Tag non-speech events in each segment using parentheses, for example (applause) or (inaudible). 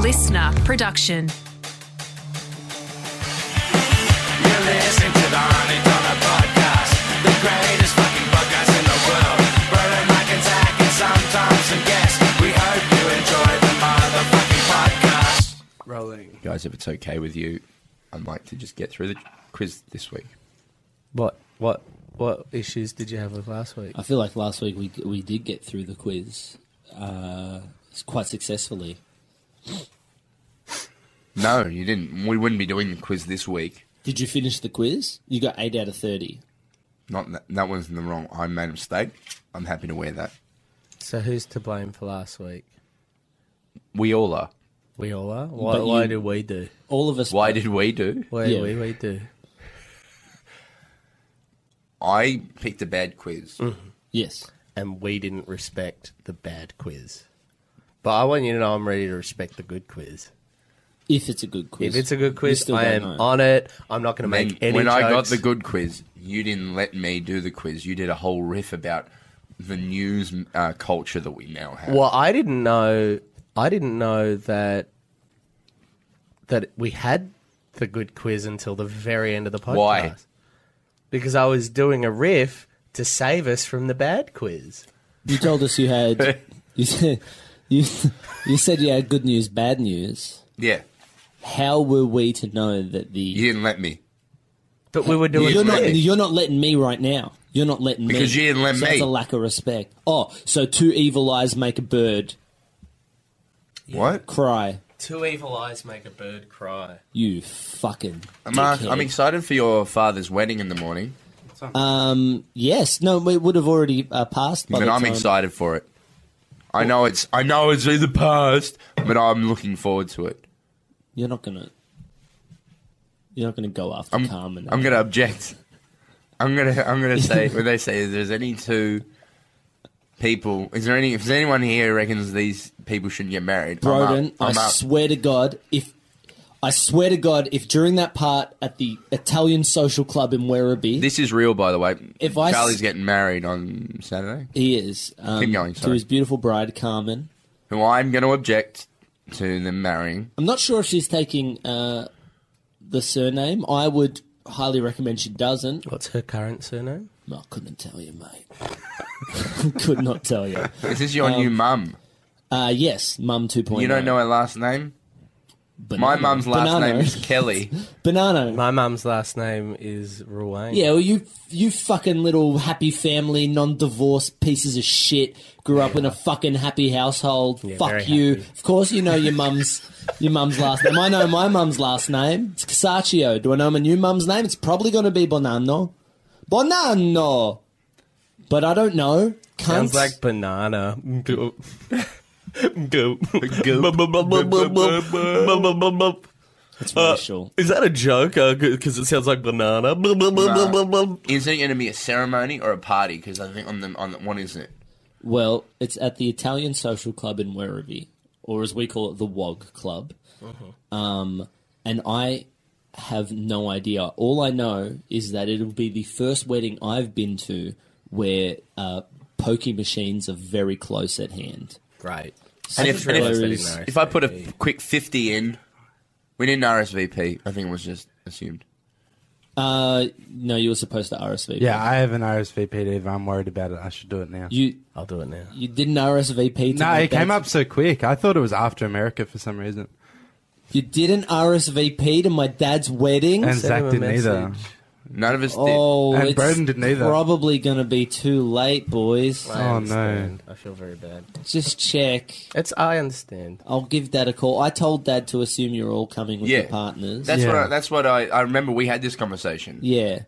listener production. You listen to the Honey Dollar Podcast, the greatest fucking podcast in the world. Brian McIntyre and Sam Thompson guest. We hope you enjoy the motherfucking podcast. Rolling. guys, if it's okay with you, I'd like to just get through the quiz this week. What what what issues did you have with last week? I feel like last week we we did get through the quiz uh, quite successfully. No, you didn't. We wouldn't be doing the quiz this week. Did you finish the quiz? You got eight out of thirty. Not that, that one's in the wrong. I made a mistake. I'm happy to wear that. So who's to blame for last week? We all are. We all are. Why, But why you- did we do? All of us. Why did we do? Why Yeah. we we do? I picked a bad quiz. Mm. Yes. and we didn't respect the bad quiz. But I want you to know I'm ready to respect the good quiz. If it's a good quiz. If it's a good We quiz, still I am don't know. on it. I'm not going to Then make any when I got jokes. the good quiz, you didn't let me do the quiz. You did a whole riff about the news uh, culture that we now have. Well, I didn't know. I didn't know that that we had the good quiz until the very end of the podcast. Why? Because I was doing a riff to save us from the bad quiz. You told us (laughs) you had. you said you, you said you had good news, bad news. Yeah, How were we to know that the you didn't let me. But we were doing. You're not. riff. You're not letting me right now. You're not letting me Because you didn't let so me. That's a lack of respect. Oh, so two evil eyes make a bird What? cry. Two evil eyes make a bird cry. You fucking. Mark, dickhead. I'm excited for your father's wedding in the morning, Um. Yes. No. We would have already uh, passed. By but the I'm time. excited for it. I know it's I know it's in the past, but I'm looking forward to it. You're not gonna. You're not gonna go after I'm, Carmen. I'm gonna object. I'm gonna I'm gonna (laughs) say when they say if there's any two people is there any if there's anyone here who reckons these people shouldn't get married, I'm up. Broden, I'm I up. swear to God, if I swear to God, if during that part at the Italian social club in Werribee, This is real by the way. If I s- Charlie's getting married on Saturday. he is um, Keep going, to sorry. his beautiful bride Carmen. Who I'm gonna object to them marrying. I'm not sure if she's taking uh, the surname. I would highly recommend she doesn't. What's her current surname? No, I couldn't tell you, mate. (laughs) Could not tell you. Is this Um, your new mum? Uh, yes, Mum 2.0. You don't know her last name? Banano. My mum's last Banano. name (laughs) is Kelly. Banano. My mum's last name is Ruane. Yeah, well, you you fucking little happy family, non-divorced pieces of shit. Grew up in a fucking happy household. very Fuck you. happy. Of course, you know your mum's your mum's last name. I know my mum's last name. It's Casaccio. Do I know my new mum's name? It's probably going to be Bonanno. Bonanno. But I don't know. Cunts. Sounds like (laughs) banana. Goop. Goop. it's racial. Is that a joke? Because it sounds like banana. Is it going to be a ceremony or a party? Because I think on the on the, what is it? Well, it's at the Italian Social Club in Werribee, or as we call it, the WOG Club. Um, and I have no idea. All I know is that it'll be the first wedding I've been to where uh, pokey machines are very close at hand. Great. And So if, and there if, is- didn't know. if I put a quick fifty in, we didn't RSVP. I think it was just assumed. uh, no, you were supposed to RSVP. Yeah, I have an RSVP either. I'm worried about it. I should do it now. you I'll do it now. you didn't RSVP. To no, my it came bed- up so quick. I thought it was after America for some reason. You didn't RSVP to my dad's wedding. And Send Zach him a didn't either. message. None of us Oh, And it's Broden didn't either. probably going to be too late, boys. I Oh, understand. I feel very bad. Just check. It's I understand. I'll give Dad a call. I told Dad to assume you're all coming with Yeah. your partners. did. That's Yeah. what I, that's what I, I remember. We had this conversation. Yeah,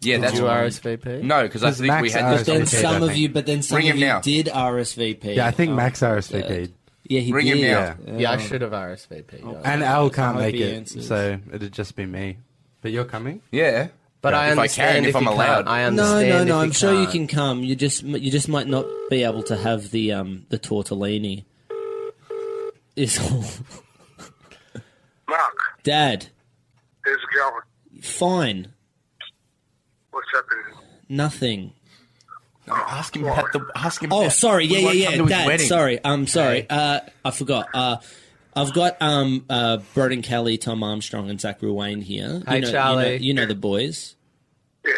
yeah. that's you what RSVP? No, because I Does think we Max had this. RSVP? Then Okay, some I of think. you, but then some Ring of him you now. did RSVP. Yeah, I think Max RSVP'd. Oh. Yeah, he Ring did. him now. Yeah. Yeah, I should have RSVP. yeah. And Al I can't hope make he it, answers. so it'd just be me. But you're coming? Yeah, But Yeah, I if I understand can, if I'm you can't. allowed. I No, understand. no, if no. I'm sure you can't. can come. You just you just might not be able to have the um the tortellini. Is all. Mark, Dad, how's it going? fine, What's happening? nothing. ask him about the ask him. Oh, about- sorry. we Yeah, Um, won't yeah, come yeah. to his Dad, wedding. sorry. I'm sorry. Uh, I forgot. Uh, I've got um, uh, Broden Kelly, Tom Armstrong, and Zach Ruane here. Hey, you know, Charlie. You know, you know the boys. Yeah.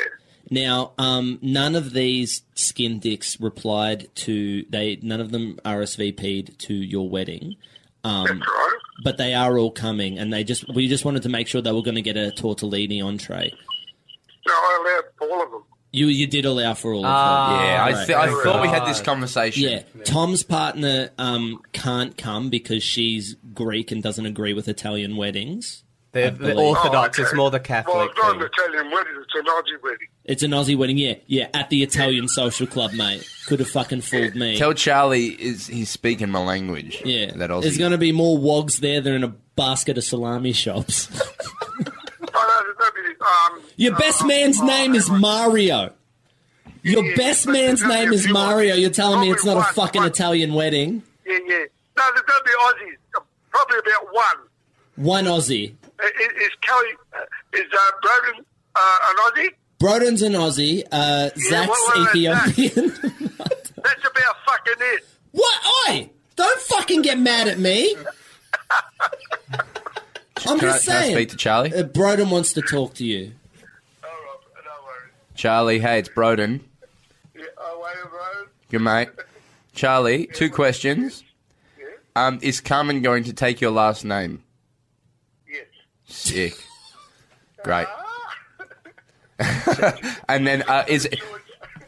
Now, um, none of these skin dicks replied to they. None of them RSVP'd to your wedding, That's right. but they are all coming, and they just we just wanted to make sure they were going to get a tortellini entree. No, I allowed all of them. You you did allow for all of them. Yeah, I, Ah, right. Ah. th- I thought we had this God. conversation. Yeah, Tom's partner um, can't come because she's Greek and doesn't agree with Italian weddings. They're, believe- they're Orthodox. Oh, okay. It's more the Well, Catholic it's not an thing. Italian wedding, it's an Aussie wedding. It's an Aussie wedding, yeah, yeah, at the Italian social club, mate. Could have fucking fooled me. Tell Charlie is he's speaking my language. yeah, that Aussie. there's going to be more wogs there than in a basket of salami shops. (laughs) Oh, no, that'd be, um, Your uh, best man's uh, name is Mario. Your Yeah, best but man's there's name only a is few Mario. Aussies. You're telling me Only it's not a one, fucking one. Italian wedding? Yeah, yeah. No, there's going to be Aussies. uh, Probably about one. One Aussie. Uh, Is, is Kelly, uh, is uh, Brogan uh, an Aussie? Broden's an Aussie. Uh, Zach's what- what about Zach? Ethiopian. (laughs) That's about fucking it. What? Oi! Don't fucking get mad at me. I'm Can I, just can I saying. speak to Charlie? Uh, Broden wants to talk to you. All right, no worries. Charlie, hey, it's Broden. Yeah, away, Brogan. Good mate. Charlie, two questions. Um, is Carmen going to take your last name? Yes. Sick. Great. (laughs) and then uh, is it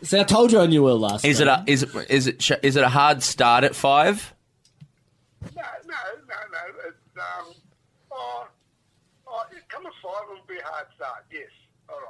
See, I told you I knew her last. is it name. a is it is it sh- is it a hard start at five? No, no, no, no. It's, um, oh, oh, it come a five will be a hard start. Yes. All right.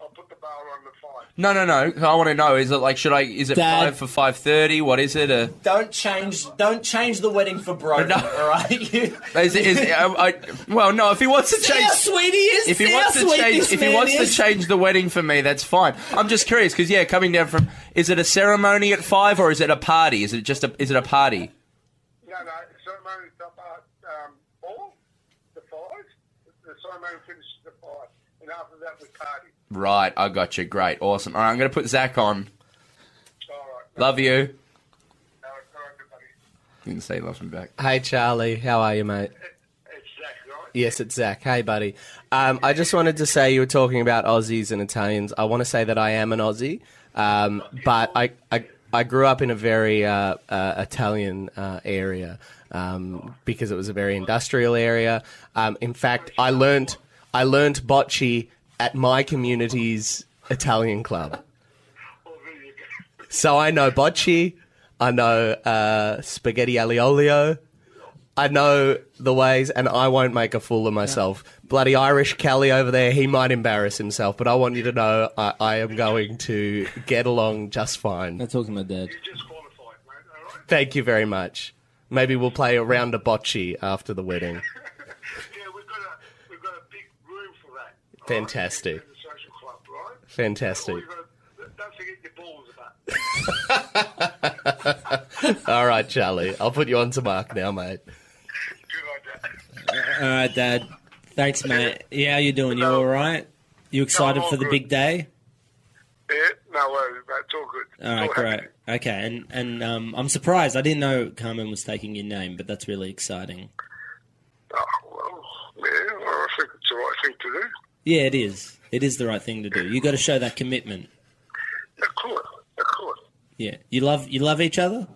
I'll put the bar on the five. No, no, no. I want to know. Is it like should I? Is it Dad. five for five thirty? What is it? Uh, Don't change. Don't change the wedding for Broden. No. All right. (laughs) You, is it, is it I, I, well, no. If he wants to See change, how sweet he is. if he See wants how to sweet change, this if he man wants to is? change the wedding for me, that's fine. I'm just curious because yeah, coming down from is it a ceremony at five or is it a party? Is it just a is it a party? No, no. Ceremony stop at um, four, the five. The ceremony finishes at five, and after that we party. Right, I got you. Great, awesome. All right, I'm going to put Zach on. All right. Love you. All right, all right, everybody. Didn't say love me back. Hey, Charlie. How are you, mate? It's Zach, right? Yes, it's Zach. Hey, buddy. Um, I just wanted to say you were talking about Aussies and Italians. I want to say that I am an Aussie, um, but I, I I grew up in a very uh, uh, Italian uh, area um, because it was a very industrial area. Um, in fact, I learnt I learnt bocce at my community's Italian club, Well, there you go. so I know bocce. I know uh, spaghetti aliolio. I know the ways, and I won't make a fool of myself. Bloody Irish Kelly over there, he might embarrass himself, but I want you to know I, I am going to get along just fine. I'm talking to my dad. You just qualified, mate. All right. Thank you very much. Maybe we'll play a round of bocce after the wedding. Yeah, we've got a we've got a big room for that. all right? Fantastic. In the social club, right? All Fantastic. you gotta- Don't forget your balls about. All right, Charlie, I'll put you on to Mark now, mate. Good idea. All right, Dad. Thanks, mate. Yeah, how you doing? You No. all right? You excited all for the good. big day? Yeah, no worries, mate. It's all good. All right, All great. happening. Okay, and and um, I'm surprised. I didn't know Carmen was taking your name, but that's really exciting. Oh, well, yeah, well, I think it's the right thing to do. Yeah, it is. It is the right thing to do. You got to show that commitment. Of course, of course. Yeah, you love you love each other.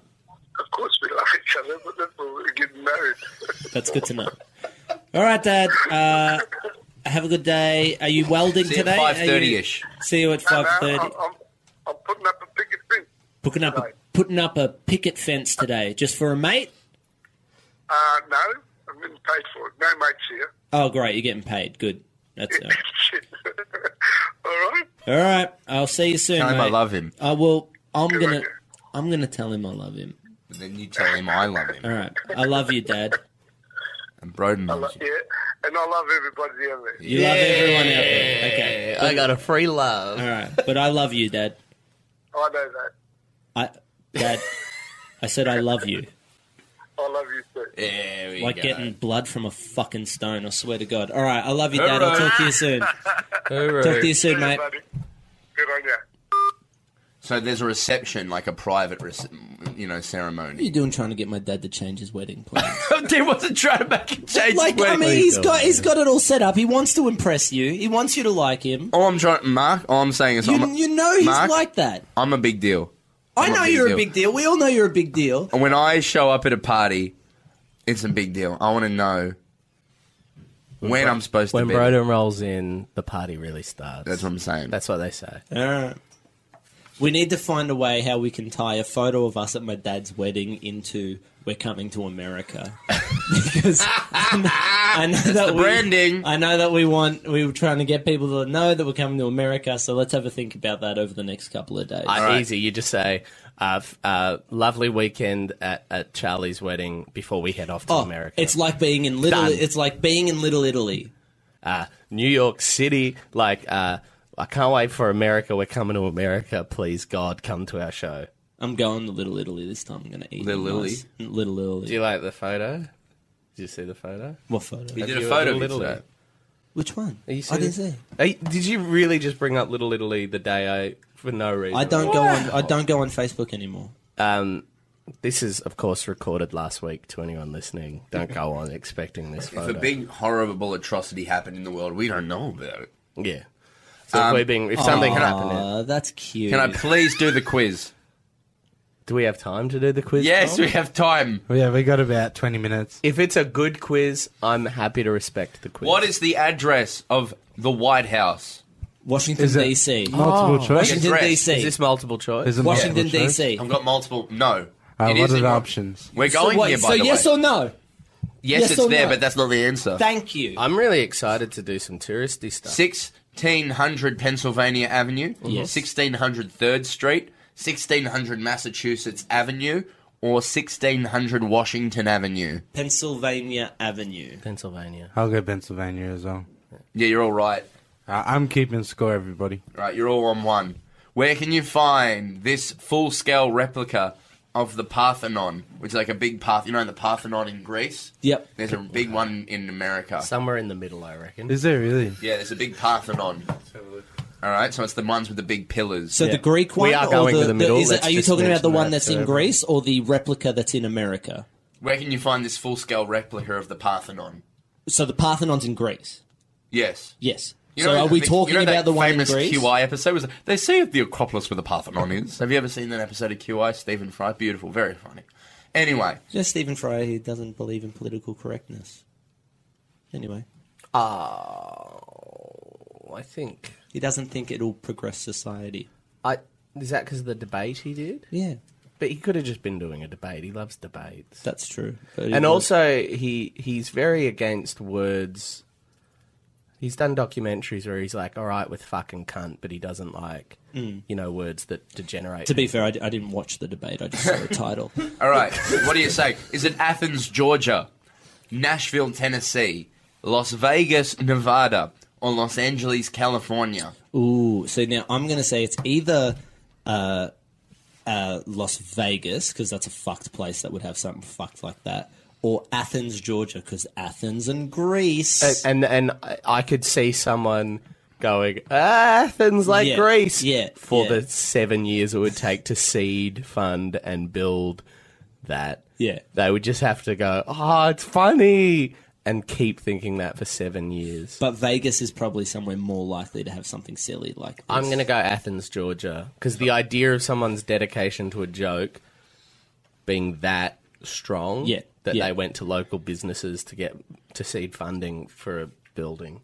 Of course we love each other, but then we're getting married. That's good to know. All right, Dad. Uh, have a good day. Are you welding See you today? at Are five you- thirty ish. See you at No, five no, thirty. I'm, I'm, I'm putting up a picket fence. Putting up a, putting up a picket fence today, just for a mate. Uh, no, I'm getting paid for it. No mates here. (laughs) Oh, great! You're getting paid. Good. That's all right. Shit. (laughs) all right? All right. I'll see you soon. Tell him mate. I love him, I will. I'm Good gonna. idea. I'm gonna tell him I love him. and then you tell him I love him, All right. I love you, Dad. and Broden I lo- loves you. yeah, and I love everybody down there. You love everyone out there. Okay. I got a free love. All right. But I love you, Dad. I know that. I, Dad. I said I love (laughs) you. I love you too. There we like go. getting blood from a fucking stone. I swear to God. All right, I love you, Dad. (laughs) I'll talk to you soon. Talk to you soon, Yeah, mate. buddy. Good on you. So there's a reception, like a private, rece- you know, What are you ceremony. doing trying to get my dad to change his wedding (laughs) plans? Dude wasn't trying to make a change. like, I mean, he's got he's got it all set up. He wants to impress you. He wants you to like him. all I'm trying, Mark. All I'm saying is, You, I'm, a, you know he's Mark? like that. I'm a big deal. I I'm know you're a big deal. We all know you're a big deal. And when I show up at a party, it's a big deal. I want to know when, I'm supposed When to be. Broden rolls in, the party really starts. That's what I'm saying. That's what they say. We need to find a way how we can tie a photo of us at my dad's wedding into we're coming to America. because I know, I know that the we, branding. I know that we want we were trying to get people to know that we're coming to America. So let's have a think about that over the next couple of days. Uh, Easy. You just say, uh, f- uh, "Lovely weekend at, at Charlie's wedding." Before we head off to Oh, America, it's like being in Little. Done. It's like being in Little Italy. New York City. Like, uh, I can't wait for America. We're coming to America. Please, God, come to our show. I'm going to Little Italy this time. I'm going to eat Little it nice. Little Italy. Do you like the photo? Did you see the photo? what photo? He did you a a photo little of Italy? that. Which one? Are you I didn't serious? see. Hey, did you really just bring up Little Italy the day I for no reason? I don't go on. I don't go on Facebook anymore. Um, this is, of course, recorded last week to anyone listening. Don't go on expecting this If photo. a big horrible atrocity happened in the world, we don't know about it. yeah. So if we're being, if something happened, then- Aw, Uh, that's cute. Can I please do the (laughs) quiz? do we have time to do the quiz? Yes, Tom? we have time. Well, yeah, we got about 20 minutes. If it's a good quiz, I'm happy to respect the quiz. What is the address of the White House? Washington Is it- DC. Multiple choice. Washington Address. DC. Is this multiple choice? Is it multiple Washington choice? DC. I've got multiple. No. Uh, It what is are in the one- options? We're So, going what- here, by so the yes way. or no? yes, yes it's or there, no? but that's not the answer. Thank you. I'm really excited to do some touristy stuff. 1600 Pennsylvania Avenue, Yes. 1600 3rd Street, 1600 Massachusetts Avenue, or 1600 Washington Avenue. Pennsylvania Avenue. Pennsylvania. I'll go Pennsylvania as well. Yeah, you're all right. Uh, I'm keeping score, everybody. Right, you're all on one. Where can you find this full scale replica of the Parthenon, which is like a big path? You know, the Parthenon in Greece? Yep. There's a big one in America. Somewhere in the middle, I reckon. Is there really? Yeah, there's a big Parthenon. All right, so it's the ones with the big pillars. So the Greek one. We are or going the, to the middle. is it- Let's are you just talking about the mention one that that's to in everyone. Greece or the replica that's in America? Where can you find this full scale replica of the Parthenon? So the Parthenon's in Greece. Yes. Yes. You so know are that- we you talking know that about the one in famous Greece? QI episode was they say of the Acropolis where the Parthenon is. Have you ever seen that episode of QI? Stephen Fry, beautiful, very funny. Anyway, Just Stephen Fry who doesn't believe in political correctness. Anyway, Oh, I think. he doesn't think it'll progress society. I is that because of the debate he did? Yeah, But he could have just been doing a debate. He loves debates. that's true. But and it- also he he's very against words. He's done documentaries where he's like, "All right with fucking cunt," but he doesn't like you know words that degenerate. to be fair, I, d- I didn't watch the debate. I just saw the (laughs) title. all right. what do you say? Is it Athens, Georgia, Nashville, Tennessee, Las Vegas, Nevada, or Los Angeles, California? Ooh, so now I'm going to say it's either uh, uh, Las Vegas because that's a fucked place that would have something fucked like that, or Athens, Georgia because Athens and Greece. And- and and I- I could see someone going Athens like Yeah, Greece yeah, for yeah. the seven years it would take to seed, fund, and build that. Yeah. they would just have to go. Oh, it's funny, and keep thinking that for seven years. but Vegas is probably somewhere more likely to have something silly like this. I'm going to go Athens, Georgia, because the idea of someone's dedication to a joke being that strong Yeah, that yeah. they went to local businesses to get to seed funding for a building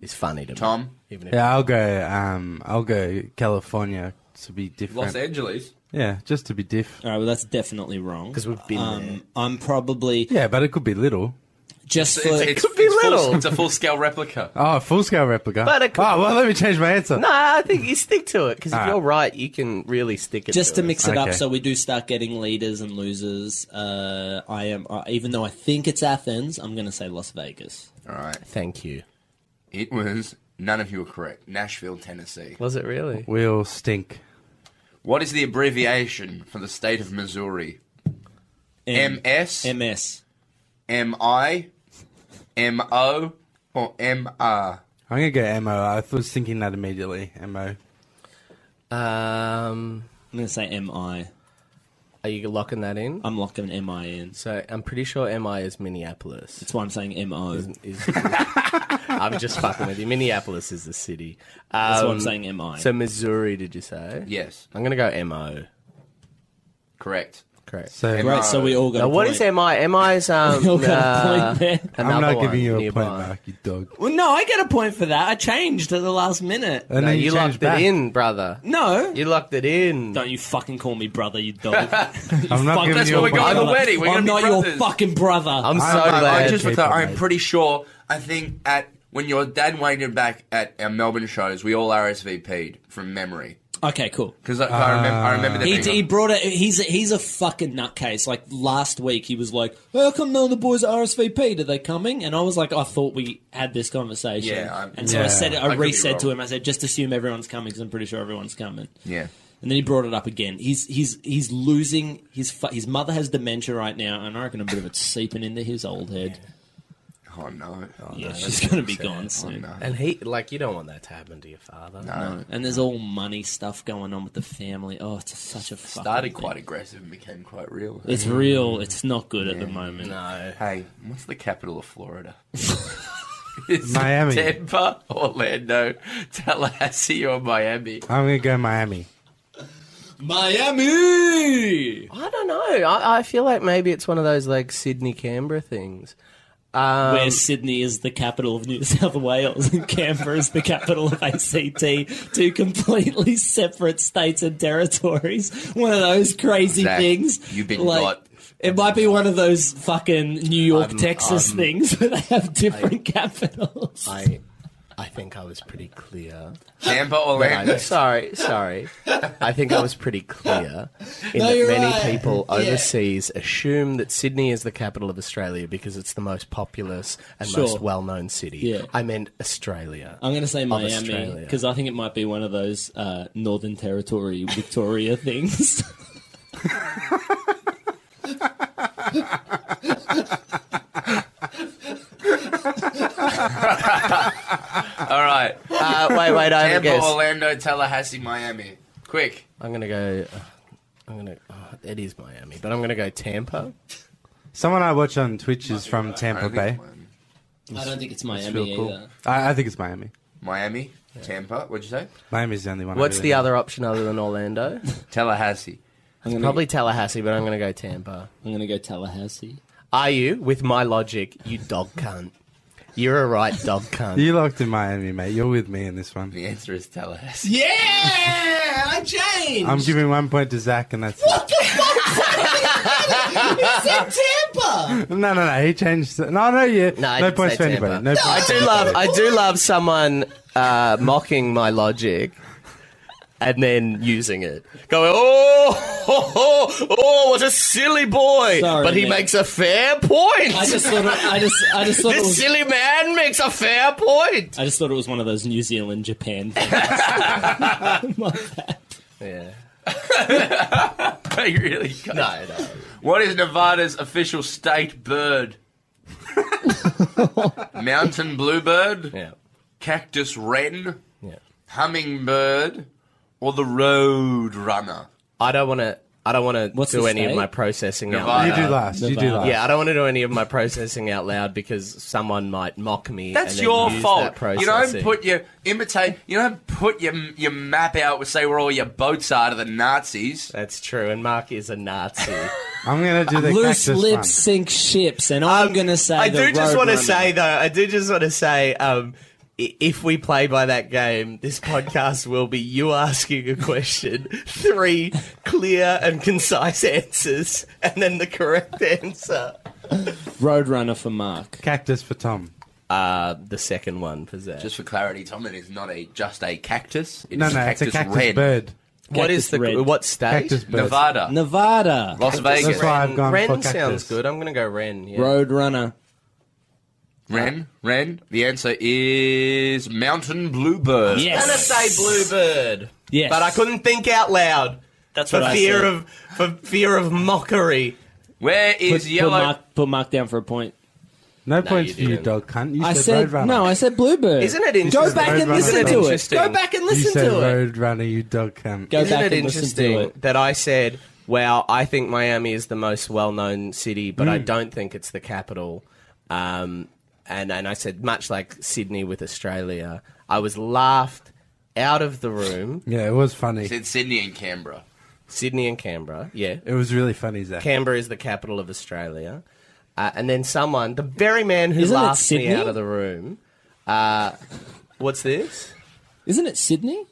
is funny to me. Tom? Even if Yeah, I'll go. Um, I'll go California to be different. Los Angeles. Yeah, just to be diff. All right, well, that's definitely wrong. Because we've been there. I'm probably Yeah, but it could be little. just It's, for it's- could be it's full- little. it's a full (laughs) scale replica. Oh, full scale replica. But it could- oh, well, let me change my answer. No, I think you stick to it because if All right. you're right, you can really stick it. just to mix it up, Okay. so we do start getting leaders and losers. Uh, I am, uh, even though I think it's Athens, I'm going to say Las Vegas. All right. Thank you. It was none of you were correct. Nashville, Tennessee. Was it really? We'll stink. What is the abbreviation for the state of Missouri? M- MS. MS. M I, M O, or M R. I'm gonna go mo. I was thinking that immediately. Mo. Um, I'm going to say MI. are you locking that in? I'm locking MI in. So I'm pretty sure MI is Minneapolis. That's why I'm saying MO. That's (laughs) Is- I'm just fucking with you. Minneapolis is the city. why Um, I'm saying MI. So Missouri, did you say? Yes, I'm gonna go MO. correct. Correct. So Great, so we all got Now, a what is point. MI? MI is um. (laughs) We all got uh, a point there. I'm another not one giving you a nearby. point, Mark, you dog. Well, no, I get a point for that. I changed at the last minute. And No, then you changed locked back. it in, brother. No. You locked it in. Don't you fucking call me brother, you (laughs) dog. You I'm not fucking- giving That's you what a we point. got on the brother. wedding. We're gonna I'm not be your brothers. fucking brother. I'm so I'm- I'm- glad. I just people because I'm mate. pretty sure. I think at when your dad waited back at our Melbourne shows, we all RSVP'd from memory okay, cool. because I, I remember. I remember that. He, being Ah. he on- brought it. He's a, he's a fucking nutcase. Like last week, he was like, "How come none of the boys are RSVP'd? Are they coming?" And I was like, "I thought we had this conversation." Yeah, I'm- and so I Yeah. said, it, I I, could be re-said to wrong. him, I said, "Just assume everyone's coming because I'm pretty sure everyone's coming." yeah. And then he brought it up again. He's he's he's losing his fu- his mother has dementia right now, and I reckon a bit of it's seeping into his old head. Oh no. Oh, Yeah, no. she's going to be gone Oh, soon. no. And he, like, you don't want that to happen to your father. No. And there's all money stuff going on with the family. Oh, it's such a fucking Uh, Started thing. quite aggressive and became quite real. It's real. It's not good at the (laughs) moment. No. Hey, what's the capital of Florida? Miami. Tampa, Orlando, Tallahassee, or Miami? I'm gonna go Miami. Miami. I don't know. I, I feel like maybe it's one of those, like, Sydney Canberra things. Um, Where Sydney is the capital of New (laughs) South Wales and Canberra is the capital of ACT, two completely (laughs) separate states and territories. One of those crazy Zach, things. you've been got. It might be one of those fucking New York, I'm- Texas I'm- things (laughs) where they have different capitals. I, I think I was pretty clear. (laughs) Tampa, I- Orlando. sorry, sorry. I think I was pretty clear in No, that you're many right. people Yeah. overseas assume that Sydney is the capital of Australia because it's the most populous and Sure. most well-known city. Yeah. I meant Australia. I'm going to say Miami Australia. because I think it might be one of those uh, Northern Territory Victoria (laughs) things. All right. Uh, wait, wait, I have a Tampa, guess. Orlando, Tallahassee, Miami. Quick. I'm gonna go. uh, I'm gonna. Oh, it is Miami, but I'm gonna go Tampa. Someone I watch on Twitch is from I Tampa don't think Bay. it's Miami. I don't think it's It's Miami real either. cool. I, I think it's Miami. Miami, Tampa. What'd you say? Miami's the only one. I What's really the know. other option other than Orlando? Tallahassee. I'm gonna, Probably Tallahassee, but I'm gonna go Tampa. I'm going to go Tallahassee. Are you with my logic? You dog cunt. You're a right dog cunt. You locked in Miami, mate. You're with me in this one. The answer is Tallahassee. Yeah, I (laughs) changed. I'm giving one point to Zach, and that's (laughs) it. September. no, no, no. He changed. The, no, no, yeah. No, I no didn't points say for anybody. Tampa. No, I points. do love I do love someone uh, mocking my logic and then using it. Going, oh, ho, ho, oh, what a silly boy! Sorry, but he mate. makes a fair point. I just thought it, I just I just thought it this was silly man makes a fair (laughs) point. I just thought it was one of those New Zealand Japan things. Yeah. I really got it. No, no. What is Nevada's official state bird? (laughs) Mountain bluebird, Yeah. cactus wren, Yeah. hummingbird, or the road runner? I don't want to. I don't want to What's do the any of state? my processing out Nevada. loud. You do last. You do Nevada. last. Yeah, I don't want to do any of my processing out loud because someone might mock me. and That's then your use fault. that You don't processing. put your imitate. You don't put your your map out with say where all your boats are to the Nazis. That's true, and Mark is a Nazi. I'm gonna do the Loose cactus lips sink ships, and I'm gonna say Um, I the do just Roadrunner. want to say though, I do just want to say, um, i- if we play by that game, this podcast will be you asking a question, three clear and concise answers, and then the correct answer. Roadrunner for Mark. one. Cactus for Tom. Uh, the second one for Zach. Just for clarity, Tom, it is not a just a cactus. It No, is no, cactus it's a cactus red. bird. what is Cactus the Red. what state? Cactus bird. Nevada, Nevada. Las Vegas, That's why I've gone Ren for cactus. sounds good. I'm going to go Ren. Yeah. Roadrunner. Ren, Ren. The answer is mountain bluebird. I'm going to Yes. say Bluebird, Yes. but I couldn't think out loud That's for what I fear said. of for fear of mockery. Where Put, is put yellow? Mark, put Mark down for a point. No, points you for you, didn't. dog cunt. You I said, said no. I said Bluebird. Isn't it interesting? Go back and Roadrunner. listen Isn't it to it. interesting? Go back and you listen said to it. Roadrunner, you dog cunt. Go Isn't back it and listen to interesting it. that I said, "Wow, I think Miami is the most well-known city, but Hmm. I don't think it's the capital." Um, and and I said, much like Sydney with Australia, I was laughed out of the room. (laughs) Yeah, it was funny. It's Sydney and Canberra. Sydney and Canberra, yeah. It was really funny, Zach. Canberra is the capital of Australia. Uh, and then someone, the very man who Isn't it laughed me Sydney? out of the room. Uh, what's this? Isn't it Sydney,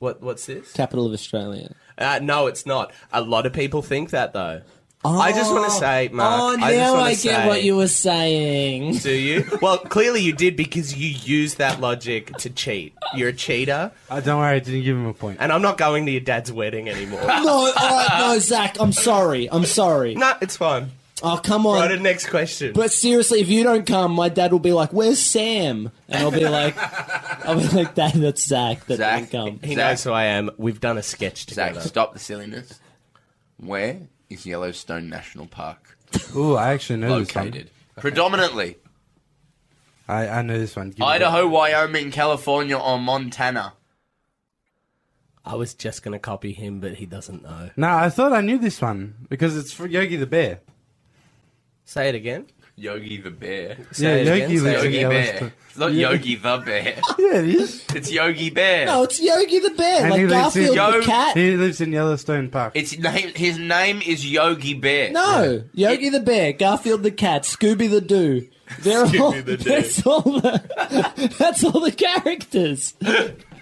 What what's this? capital of Australia? Uh, no, it's not. A lot of people think that though. I just want to Oh, say, Mark. I just wanna say, were saying. Do you? Well, clearly you did because you used that logic to cheat. You're a cheater, Oh, don't worry, I didn't give him a point. and I'm not going to your dad's wedding anymore. (laughs) No, all right, no, Zach. I'm sorry. I'm sorry. no, it's fine. Oh, come on. Right, to the next question. But seriously, if you don't come, my dad will be like, "Where's Sam?" And I'll be like, "I'll be like, Dad, that's Zach that Zach. didn't come." he Zach. knows who I am. We've done a sketch Zach, together. stop the silliness. Where is Yellowstone National Park Ooh, I actually know located? Predominantly this one. I, I know this one. Give me Idaho, Wyoming, California, or Montana. I was just going to copy him, but he doesn't know. that. No, I thought I knew this one because it's for Yogi the Bear. Say it again. Yogi the Bear. Say yeah, it Yogi again, say lives it in Yogi Bear. Yellowstone. It's not Yogi the Bear. (laughs) Yeah, (laughs) it is. It's Yogi Bear. No, it's Yogi the bear, And he like lives in- Garfield Yo- the cat. He lives in Yellowstone Park. It's name. His name is Yogi Bear. no, Yogi the bear, Garfield the cat, Scooby the Doo. They're all, (laughs) the Doo. that's all the that's all the characters.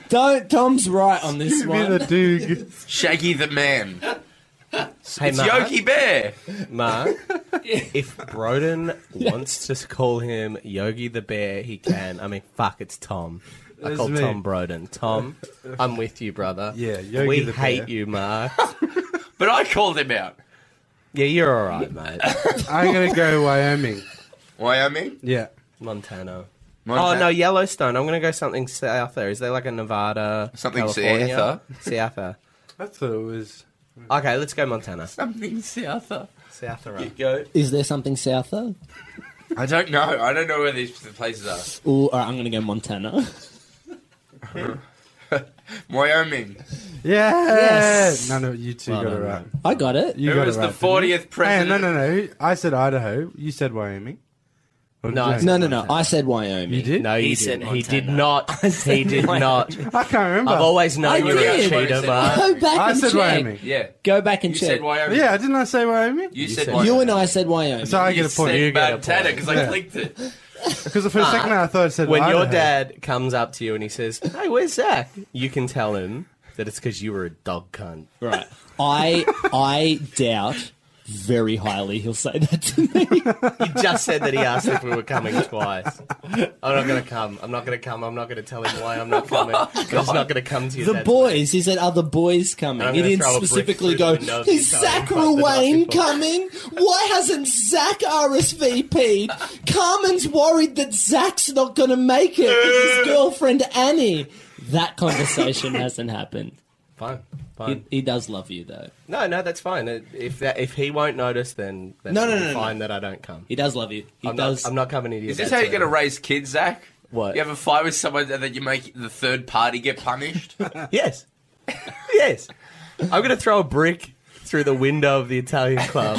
Don't Tom's right on this Give me one. the Doog. Shaggy the Man. Hey, It's Mark. Yogi Bear. (laughs) Mark, if Broden wants to call him Yogi the Bear, he can. I mean, fuck, it's Tom. I That's call me. Tom Broden. Tom, I'm with you, brother. Yeah, Yogi we the Bear. hate you, Mark. But I called him out. yeah, you're all right, (laughs) mate. I'm gonna go Wyoming. Wyoming. Yeah. Montana. Montana. Oh no, Yellowstone. I'm gonna go something south there. Is there like a Nevada? Something California? Souther. I thought it was. Okay, let's go Montana. Something souther. Souther. Go. Is there something souther? I don't know. I don't know where these places are. Ooh, all right, I'm gonna go Montana. Wyoming. Yes. None of you two got it right. I got it. You Who got was it the right. fortieth Hey, president? no, no, no. I said Idaho. You said Wyoming. Or did No, you? I said- No, no, no. I said Wyoming. You did? No, he, He didn't. said He did Montana. not. (laughs) he (laughs) did not. I can't remember. I've always known I you were a did. cheater, Mark. Go back I and said check. Wyoming. Yeah. Go back and You check. said Wyoming. Yeah, didn't I say Wyoming? You, said said- Wyoming. You and I said Wyoming. So I You get a point. said get a Montana point. because Yeah. I clicked it. Because for a second I thought I said when Idaho. your dad comes up to you and he says, "Hey, where's Zach?" You can tell him that it's because you were a dog cunt. Right. I I doubt very highly he'll say that (laughs) to me. You just said that he asked if we were coming twice. I'm not gonna come. I'm not gonna come. I'm not gonna tell him why I'm (laughs) not coming. I'm just not gonna come to you. Oh The boys, he said, are the boys coming? I'm He gonna didn't throw a brick specifically through go, the window of the is Italian Zach pub that Ruane I've been coming? Why hasn't Zach RSVP'd? Carmen's worried that Zach's not going to make it (laughs) with his girlfriend Annie. That conversation hasn't happened. Fine, He, fine. he does love you, though. No, no, that's fine. Uh, If that, if he won't notice, then that's No, no, no, no. fine that I don't come. He does love you. He I'm does. not. I'm not coming to you. Is this how you're going to raise kids, Zach? What? You have a fight with someone and then you make the third party get punished? Yes, yes. I'm gonna throw a brick through the window of the Italian (laughs) club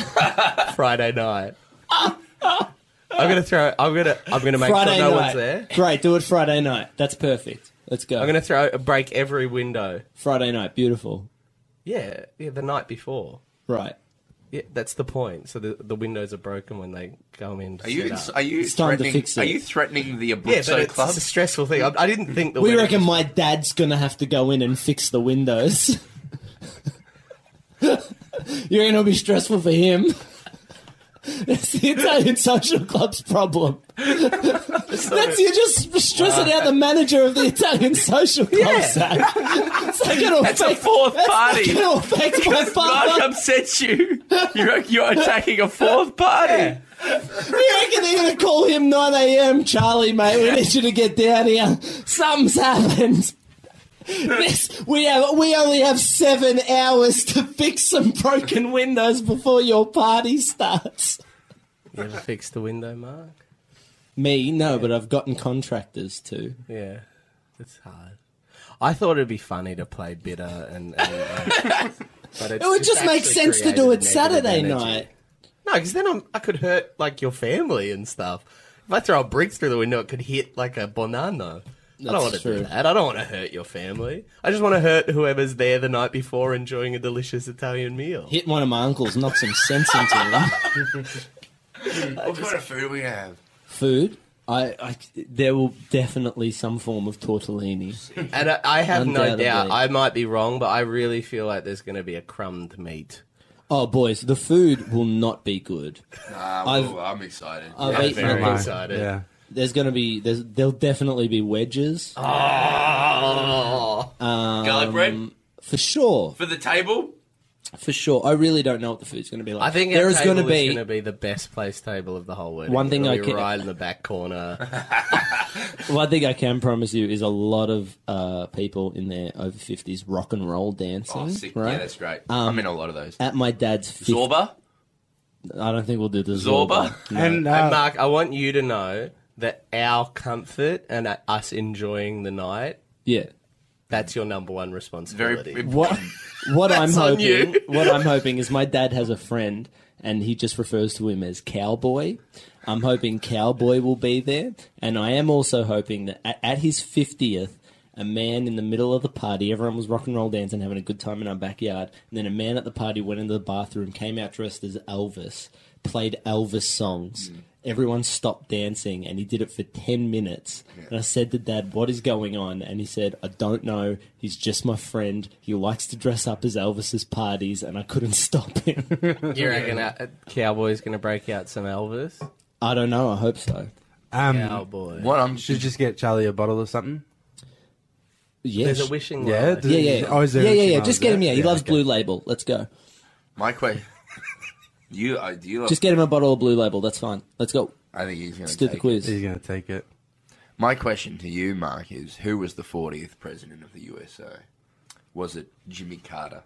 Friday night. I'm gonna throw. I'm gonna. I'm gonna make Friday sure no night. one's there. Great, do it Friday night. That's perfect. Let's go. I'm gonna throw break every window. Friday night, beautiful. Yeah, yeah. The night before. Right. Yeah, that's the point. So the, the windows are broken when they come in. to Are you, set up. are you It's time to threatening, fix it. Are you threatening the yeah, but Abruzzo it's, club? it's a stressful thing. I, I didn't think the We wedding reckon was- my dad's gonna have to go in and fix the windows. (laughs) you reckon it'll be stressful for him? (laughs) That's the Italian Social (laughs) Club's problem. That's you just stressing out the manager of the Italian Social Club. Yeah. Zach. It's not gonna That's a affect- fourth that's not party. gonna affect my Mark father. upsets you. You're, (laughs) you're attacking a fourth party. You reckon they're gonna call him 9 a.m. Charlie, mate? We need you to get down here. Something's happened. This, we have we only have seven hours to fix some broken windows before your party starts. You ever fix the window, Mark? Me, no, but I've gotten contractors too. Yeah, it's hard. I thought it'd be funny to play bitter and. and, (laughs) and- but it's- It would it's just make actually sense to created do it negative Saturday energy. night. No, because then I'm, I could hurt like your family and stuff. If I throw bricks through the window, it could hit like a banana. I don't That's want to do true. that. I don't want to hurt your family. I just want to hurt whoever's there the night before enjoying a delicious Italian meal. Hit one of my uncles, knock some sense into him. (laughs) What kind of food we have? Food. I, I, there will definitely some form of tortellini. And I, I have no Undoubtedly. doubt. I might be wrong, but I really feel like there's going to be a crumbed meat. Oh, boys, the food will not be good. Nah, I've- well, I'm excited. I've Yeah, eaten very a much. lot. excited. Yeah. There's gonna be there's there'll definitely be wedges Ah. Oh, Garlic bread for sure, for the table. for sure. I really don't know what the food's gonna be like. I think there our is table gonna be. going to be the best place table of the whhole wedding. One thing It'll I be can- right in the back (laughs) corner. One thing I can promise you is a lot of uh, people in their over fifties rock and roll dancing. Oh, sick. Right Yeah, that's great. I'm in a lot of those. at my dad's. 50, Zorba. I don't think we'll do the Zorba? Zorba. (laughs) And, uh, and Mark, I want you to know that our comfort and uh, us enjoying the night Yeah. That's your number one Very. responsibility. (laughs) What what I'm That's on hoping you. what I'm hoping is my dad has a friend and he just refers to him as cowboy. I'm hoping cowboy will be there and I am also hoping that at, at his 50th a man in the middle of the party, everyone was rock and roll dancing, having a good time in our backyard. And then a man at the party went into the bathroom, came out dressed as Elvis, played Elvis songs. Everyone stopped dancing, and he did it for 10 minutes. And I said to dad, What is going on? And he said, I don't know. He's just my friend. He likes to dress up as Elvis's parties, and I couldn't (laughs) stop him. you reckon uh, Cowboy's going to break out some Elvis? I don't know. I hope so. um, Mm. Cowboy. What I'm. should just get Charlie a bottle or something. Yeah. There's a wishing Yeah, well. there's- yeah, yeah. Oh, is there yeah, a yeah, yeah. Chimamanda? Just get him, yeah. He Yeah, loves okay. Blue Label. Let's go. My question. You. Uh, do you? Love, Just get him a bottle of Blue Label. That's fine. Let's go. I think he's going Let's to do the quiz. He's gonna take it. My question to you, Mark, is who was the 40th president of the USA? Was it Jimmy Carter,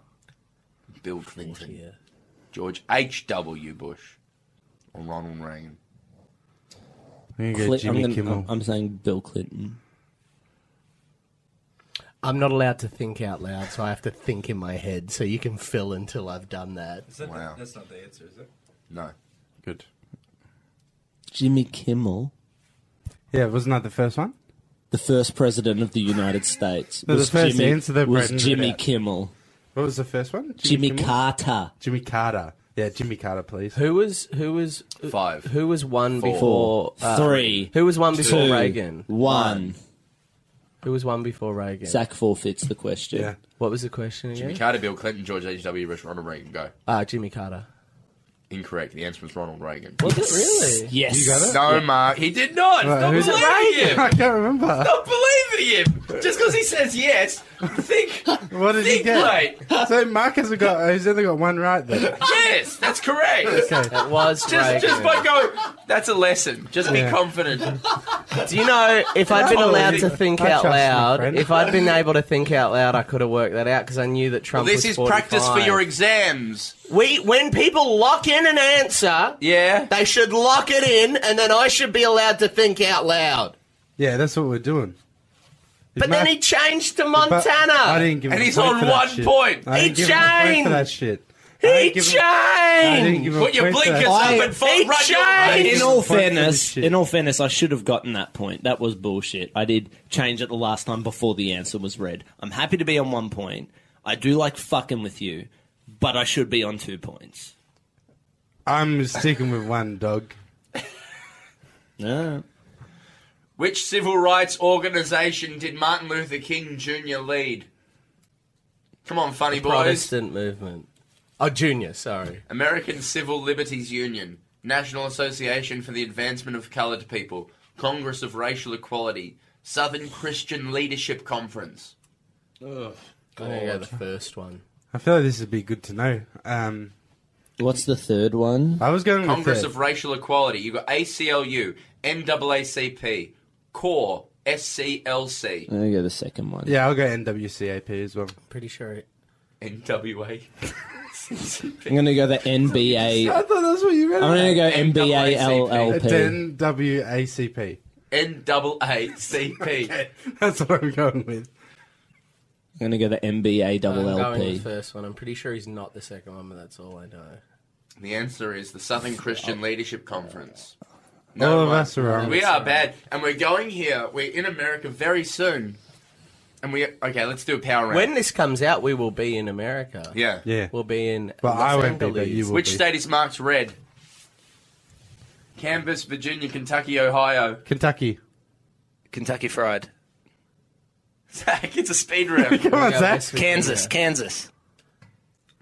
Bill Clinton, George H.W. Bush, or Ronald Reagan? I'm gonna go Cli- Jimmy I'm, Kimmel. gonna, I'm saying Bill Clinton. I'm not allowed to think out loud, so I have to think in my head. So you can fill until I've done that. Wow. That's not the answer, is it? No. Good. Jimmy Kimmel, Yeah, wasn't that the first one? the first president of the United States, No, the was first Jimmy, answer that was Britain read Jimmy out. Kimmel, What was the first one? Jimmy, Kimmel? Carter. Jimmy Carter. Yeah, Jimmy Carter, please. Who was who was Five. Who was one Four. before uh, Three. Who was one before Two, Reagan? One. Who was one before Reagan? Zach forfeits the question. Yeah. What was the question again? Jimmy Carter, Bill Clinton, George H.W. Bush, Ronald Reagan. Go. Ah, Jimmy Carter. Incorrect. The answer was Ronald Reagan. Was it really? Yes. You got it? No, Mark. He did not. Right, Stop who's it? believing (laughs) I him. can't remember. Stop believing him. Just because he says yes, (laughs) think, What did think, he get? mate. So Mark hasn't got. He's only got one right then. Yes, that's correct. It was Reagan. Just, just by going, that's a lesson. Just be Yeah. confident. Do you know if I'd been allowed to think I out trust my loud? friend. If I'd been able to think out loud, I could have worked that out because I knew that Trump. This was is practice for 45. your exams. We when people lock in an answer, Yeah. they should lock it in, and then I should be allowed to think out loud. Yeah, that's what we're doing. But then he changed to Montana. I didn't give him And a he's point on for that one shit. point. I didn't He give him a point for that changed. shit. he give changed. him- I didn't give him a Put your point for that blinkers shit. up I- and fall Hey, right Shane! your In race. all Fuck for this fairness, shit. in all fairness, I should have gotten that point. That was bullshit. I did change it the last time before the answer was read. I'm happy to be on one point. I do like fucking with you, but I should be on two points. I'm sticking with one dog. No. Which civil rights organization did Martin Luther King Jr. lead? Come on, funny boys. Protestant movement. Oh, Junior, sorry. American Civil Liberties Union, National Association for the Advancement of Colored People, Congress of Racial Equality, Southern Christian Leadership Conference. I think I got the first one. I feel like this would be good to know. Um, What's the third one? I was going with Congress that. of Racial Equality. You've got ACLU, NAACP, CORE, SCLC, Let me go the second one. Yeah, I'll go NWCAP as well. Pretty sure. It, NWA. (laughs) I'm going to go the I NBA. thought that's what you read. I'm going to go MBALLP. N W A C P. (laughs) N double A C P. That's what I'm going with. I'm going to go the MBA double I'm going with LP. the first one. I'm pretty sure he's not the second one, but that's all I know. The answer is the Southern Christian Leadership Conference. All No of one- us are wrong. We are bad, and we're going here. We're in America very soon, and we okay. Let's do a power round. When this comes out, we will be in America. yeah. Yeah. We'll be in. But Los I won't be, but Angeles. you will Which be. state is marked red? Canvas, Virginia, Kentucky, Ohio. (laughs) Kentucky. Kentucky Fried. Zach, it's a speed round. (laughs) Come on, Yeah, Zach. West Virginia. Kansas, Kansas.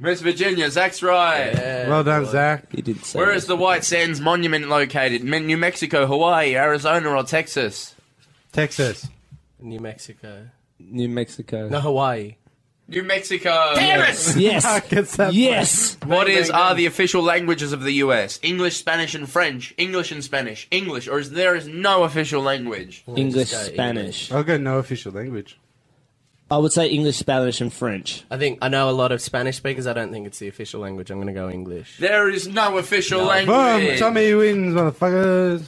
West Virginia, Zach's right. Well done, Zach. You did say Where is the White Sands Monument located? Men- New Mexico, Hawaii, Arizona, or Texas? Texas. (laughs) New Mexico. New Mexico. No, Hawaii. New Mexico. Paris. (laughs) Yes. Gets that yes. What is are the official languages of the US? English, Spanish, and French. English and Spanish. English, or is there is no official language? English, Let's go Spanish. I'll go no official language. I would say English, Spanish, and French. I think I know a lot of Spanish speakers. I don't think it's the official language. I'm going to go English. There is no official Boom! language. Tommy wins, motherfuckers.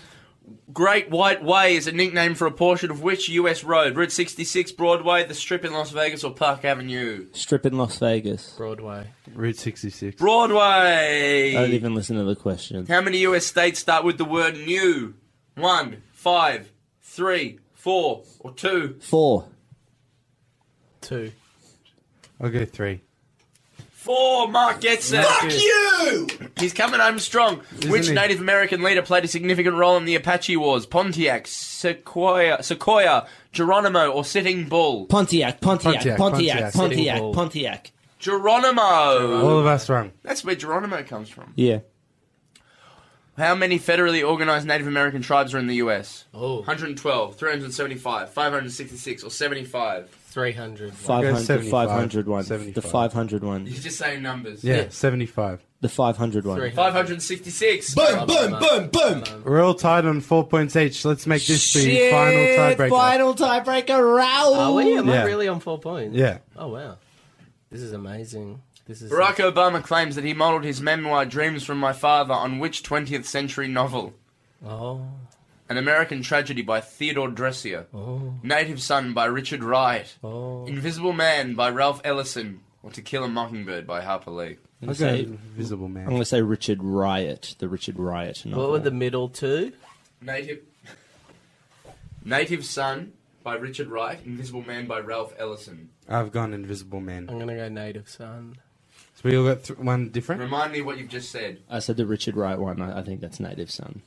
Great White Way is a nickname for a portion of which US road? Route 66, Broadway, the Strip in Las Vegas, or Park Avenue? Strip in Las Vegas. Broadway. Route 66. I don't Broadway. even listen to the question. How many US states start with the word new? One, five, three, four, or two? Four. Two. I'll go three. Four, Mark gets it. Fuck you! He's coming home strong. Which he? Native American leader played a significant role in the Apache Wars? Pontiac, Sequoia, Sequoia, Geronimo, or Sitting Bull? Pontiac, Pontiac, Pontiac, Pontiac, Pontiac, Pontiac, Sitting Pontiac. Geronimo. All of us wrong. That's where Geronimo comes from. Yeah. How many federally organized Native American tribes are in the U.S.? Oh, 112, 375, 566, or 75? 300. 500, 75, 500 one. The 75. 500 one. You're just saying numbers. Yeah, 75. The 500 one. 566. Boom, boom, boom, boom! We're all tied on four points each. Let's make this the final tiebreaker. final tiebreaker round. Are we? Oh, Am I Yeah. really on four points? Yeah. Oh, wow. This is amazing. This is. Barack Obama claims that he modeled his memoir Dreams from My Father on which 20th century novel? Oh. An American Tragedy by Theodore Dressier. Oh. Native Son by Richard Wright. Oh. Invisible Man by Ralph Ellison. Or To Kill a Mockingbird by Harper Lee. I'll go Invisible I'm Man. going to say Richard Riot. The Richard Riot novel. What were the middle two? Native Native Son by Richard Wright. Invisible Man by Ralph Ellison. I've gone Invisible Man. I'm going to go Native Son. So we all got th- one different? Remind me what you've just said. I said the Richard Riot one. I, I think that's Native Son.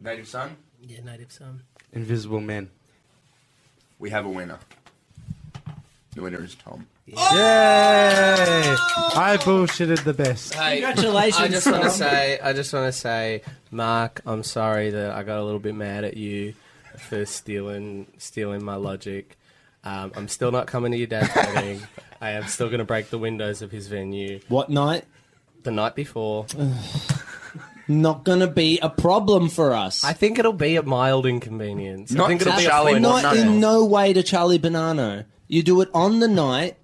Native Son, Yeah, Native Son. Invisible Man. we have a winner. The winner is Tom. Oh! Yay! I bullshitted the best. Congratulations, I just want to say, I just want to say, Mark, I'm sorry that I got a little bit mad at you for stealing stealing my logic. Um, I'm still not coming to your (laughs) dad's wedding. I am still going to break the windows of his venue What night? the night before. Uh, Not going to be a problem for us. I think it'll be a mild inconvenience. I Not think it'll to be Charlie a Not not Bonanno. in no way to Charlie Bonanno. You do it on the night.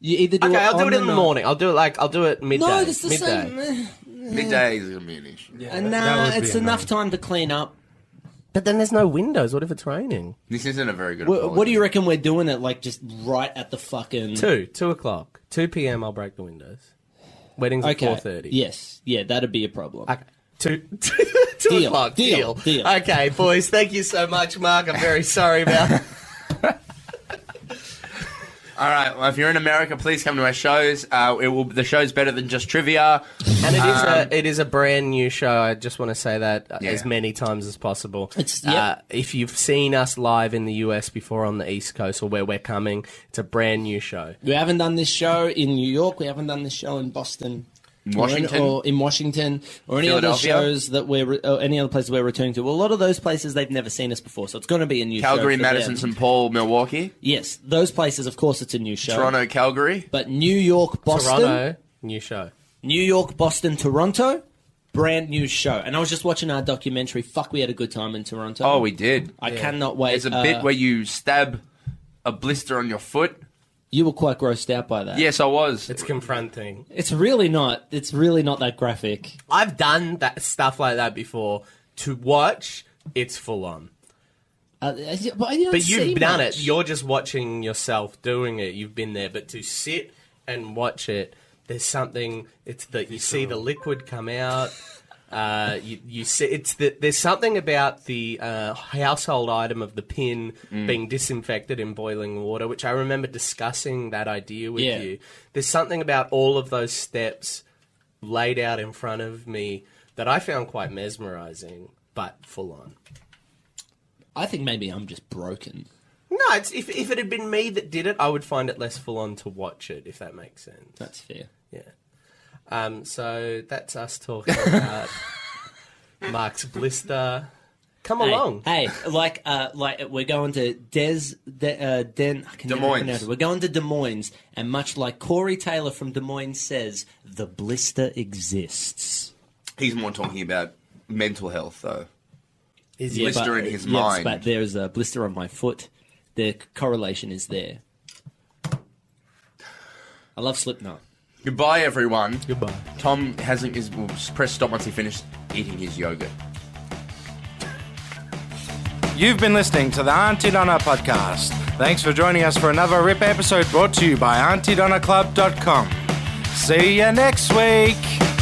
You either do Okay, it I'll do on it in the night- morning. I'll do it like I'll do it midday. No, it's the midday. same. eh, Midday is gonna be an issue. and that nah, would be it's annoying. enough time to clean up. But then there's no windows. What if it's raining? This isn't a very good. What, what do apology. you reckon we're doing it like just right at the fucking Two, two o'clock, two p.m. I'll break the windows. Weddings at Okay. four thirty. Yes, yeah, that'd be a problem. Okay. Two, (laughs) two, two Deal, o'clock. deal, Deal, deal. Okay, boys. Thank you so much, Mark. I'm very sorry (laughs) about. All right. Well, if you're in America, please come to our shows. Uh, it will. The show's better than just trivia. and it is a it is a brand new show. I just want to say that uh Yeah. as many times as possible. It's- uh, yeah. if you've seen us live in the US before on the East Coast or where we're coming, it's a brand new show. We haven't done this show in New York. We haven't done this show in Boston. Washington. or in Washington, or any other Philadelphia. shows that we're re- or any other places we're returning to. Well, a lot of those places they've never seen us before, so it's going to be a new Calgary, show for Madison, them. St. Paul, Milwaukee, Yes, those places, of course, it's a new show. Toronto, Calgary. But New York, Boston, Toronto, new show. New York, Boston, Toronto, brand new show. And I was just watching our documentary. Fuck, we had a good time in Toronto. Oh, we did. I cannot wait. There's a uh, bit where you stab a blister on your foot. You were quite grossed out by that. Yes, I was. It's confronting. It's really not. It's really not that graphic. I've done that stuff like that before. To watch, it's full on. Uh, but I didn't But see you've done much. it. You're just watching yourself doing it. You've been there. But to sit and watch it, there's something. It's that you see the liquid come (laughs) out. Uh, you, you see, it's the, there's something about the uh, household item of the pin Mm. being disinfected in boiling water, which I remember discussing that idea with Yeah. you. There's something about all of those steps laid out in front of me that I found quite mesmerizing, but full on. I think maybe I'm just broken. No, it's, if if it had been me that did it, I would find it less full on to watch it, if that makes sense. That's fair. Yeah. Um. So that's us talking about Mark's blister. Come along. Hey, hey, like, uh, like we're going to Des, De, uh, Den, I can Des never Moines. pronounce it. We're going to Des Moines, and much like Corey Taylor from Des Moines says, the blister exists. He's more talking about mental health, though. Is Yeah, Blister but- in his yes, mind. but there's a blister on my foot. The c- correlation is there. I love Slipknot. Goodbye, everyone. Goodbye. Tom hasn't. Is, will press stop once he finished eating his yogurt. You've been listening to the Auntie Donna podcast. Thanks for joining us for another RIP episode brought to you by AuntieDonnaClub.com. See you next week.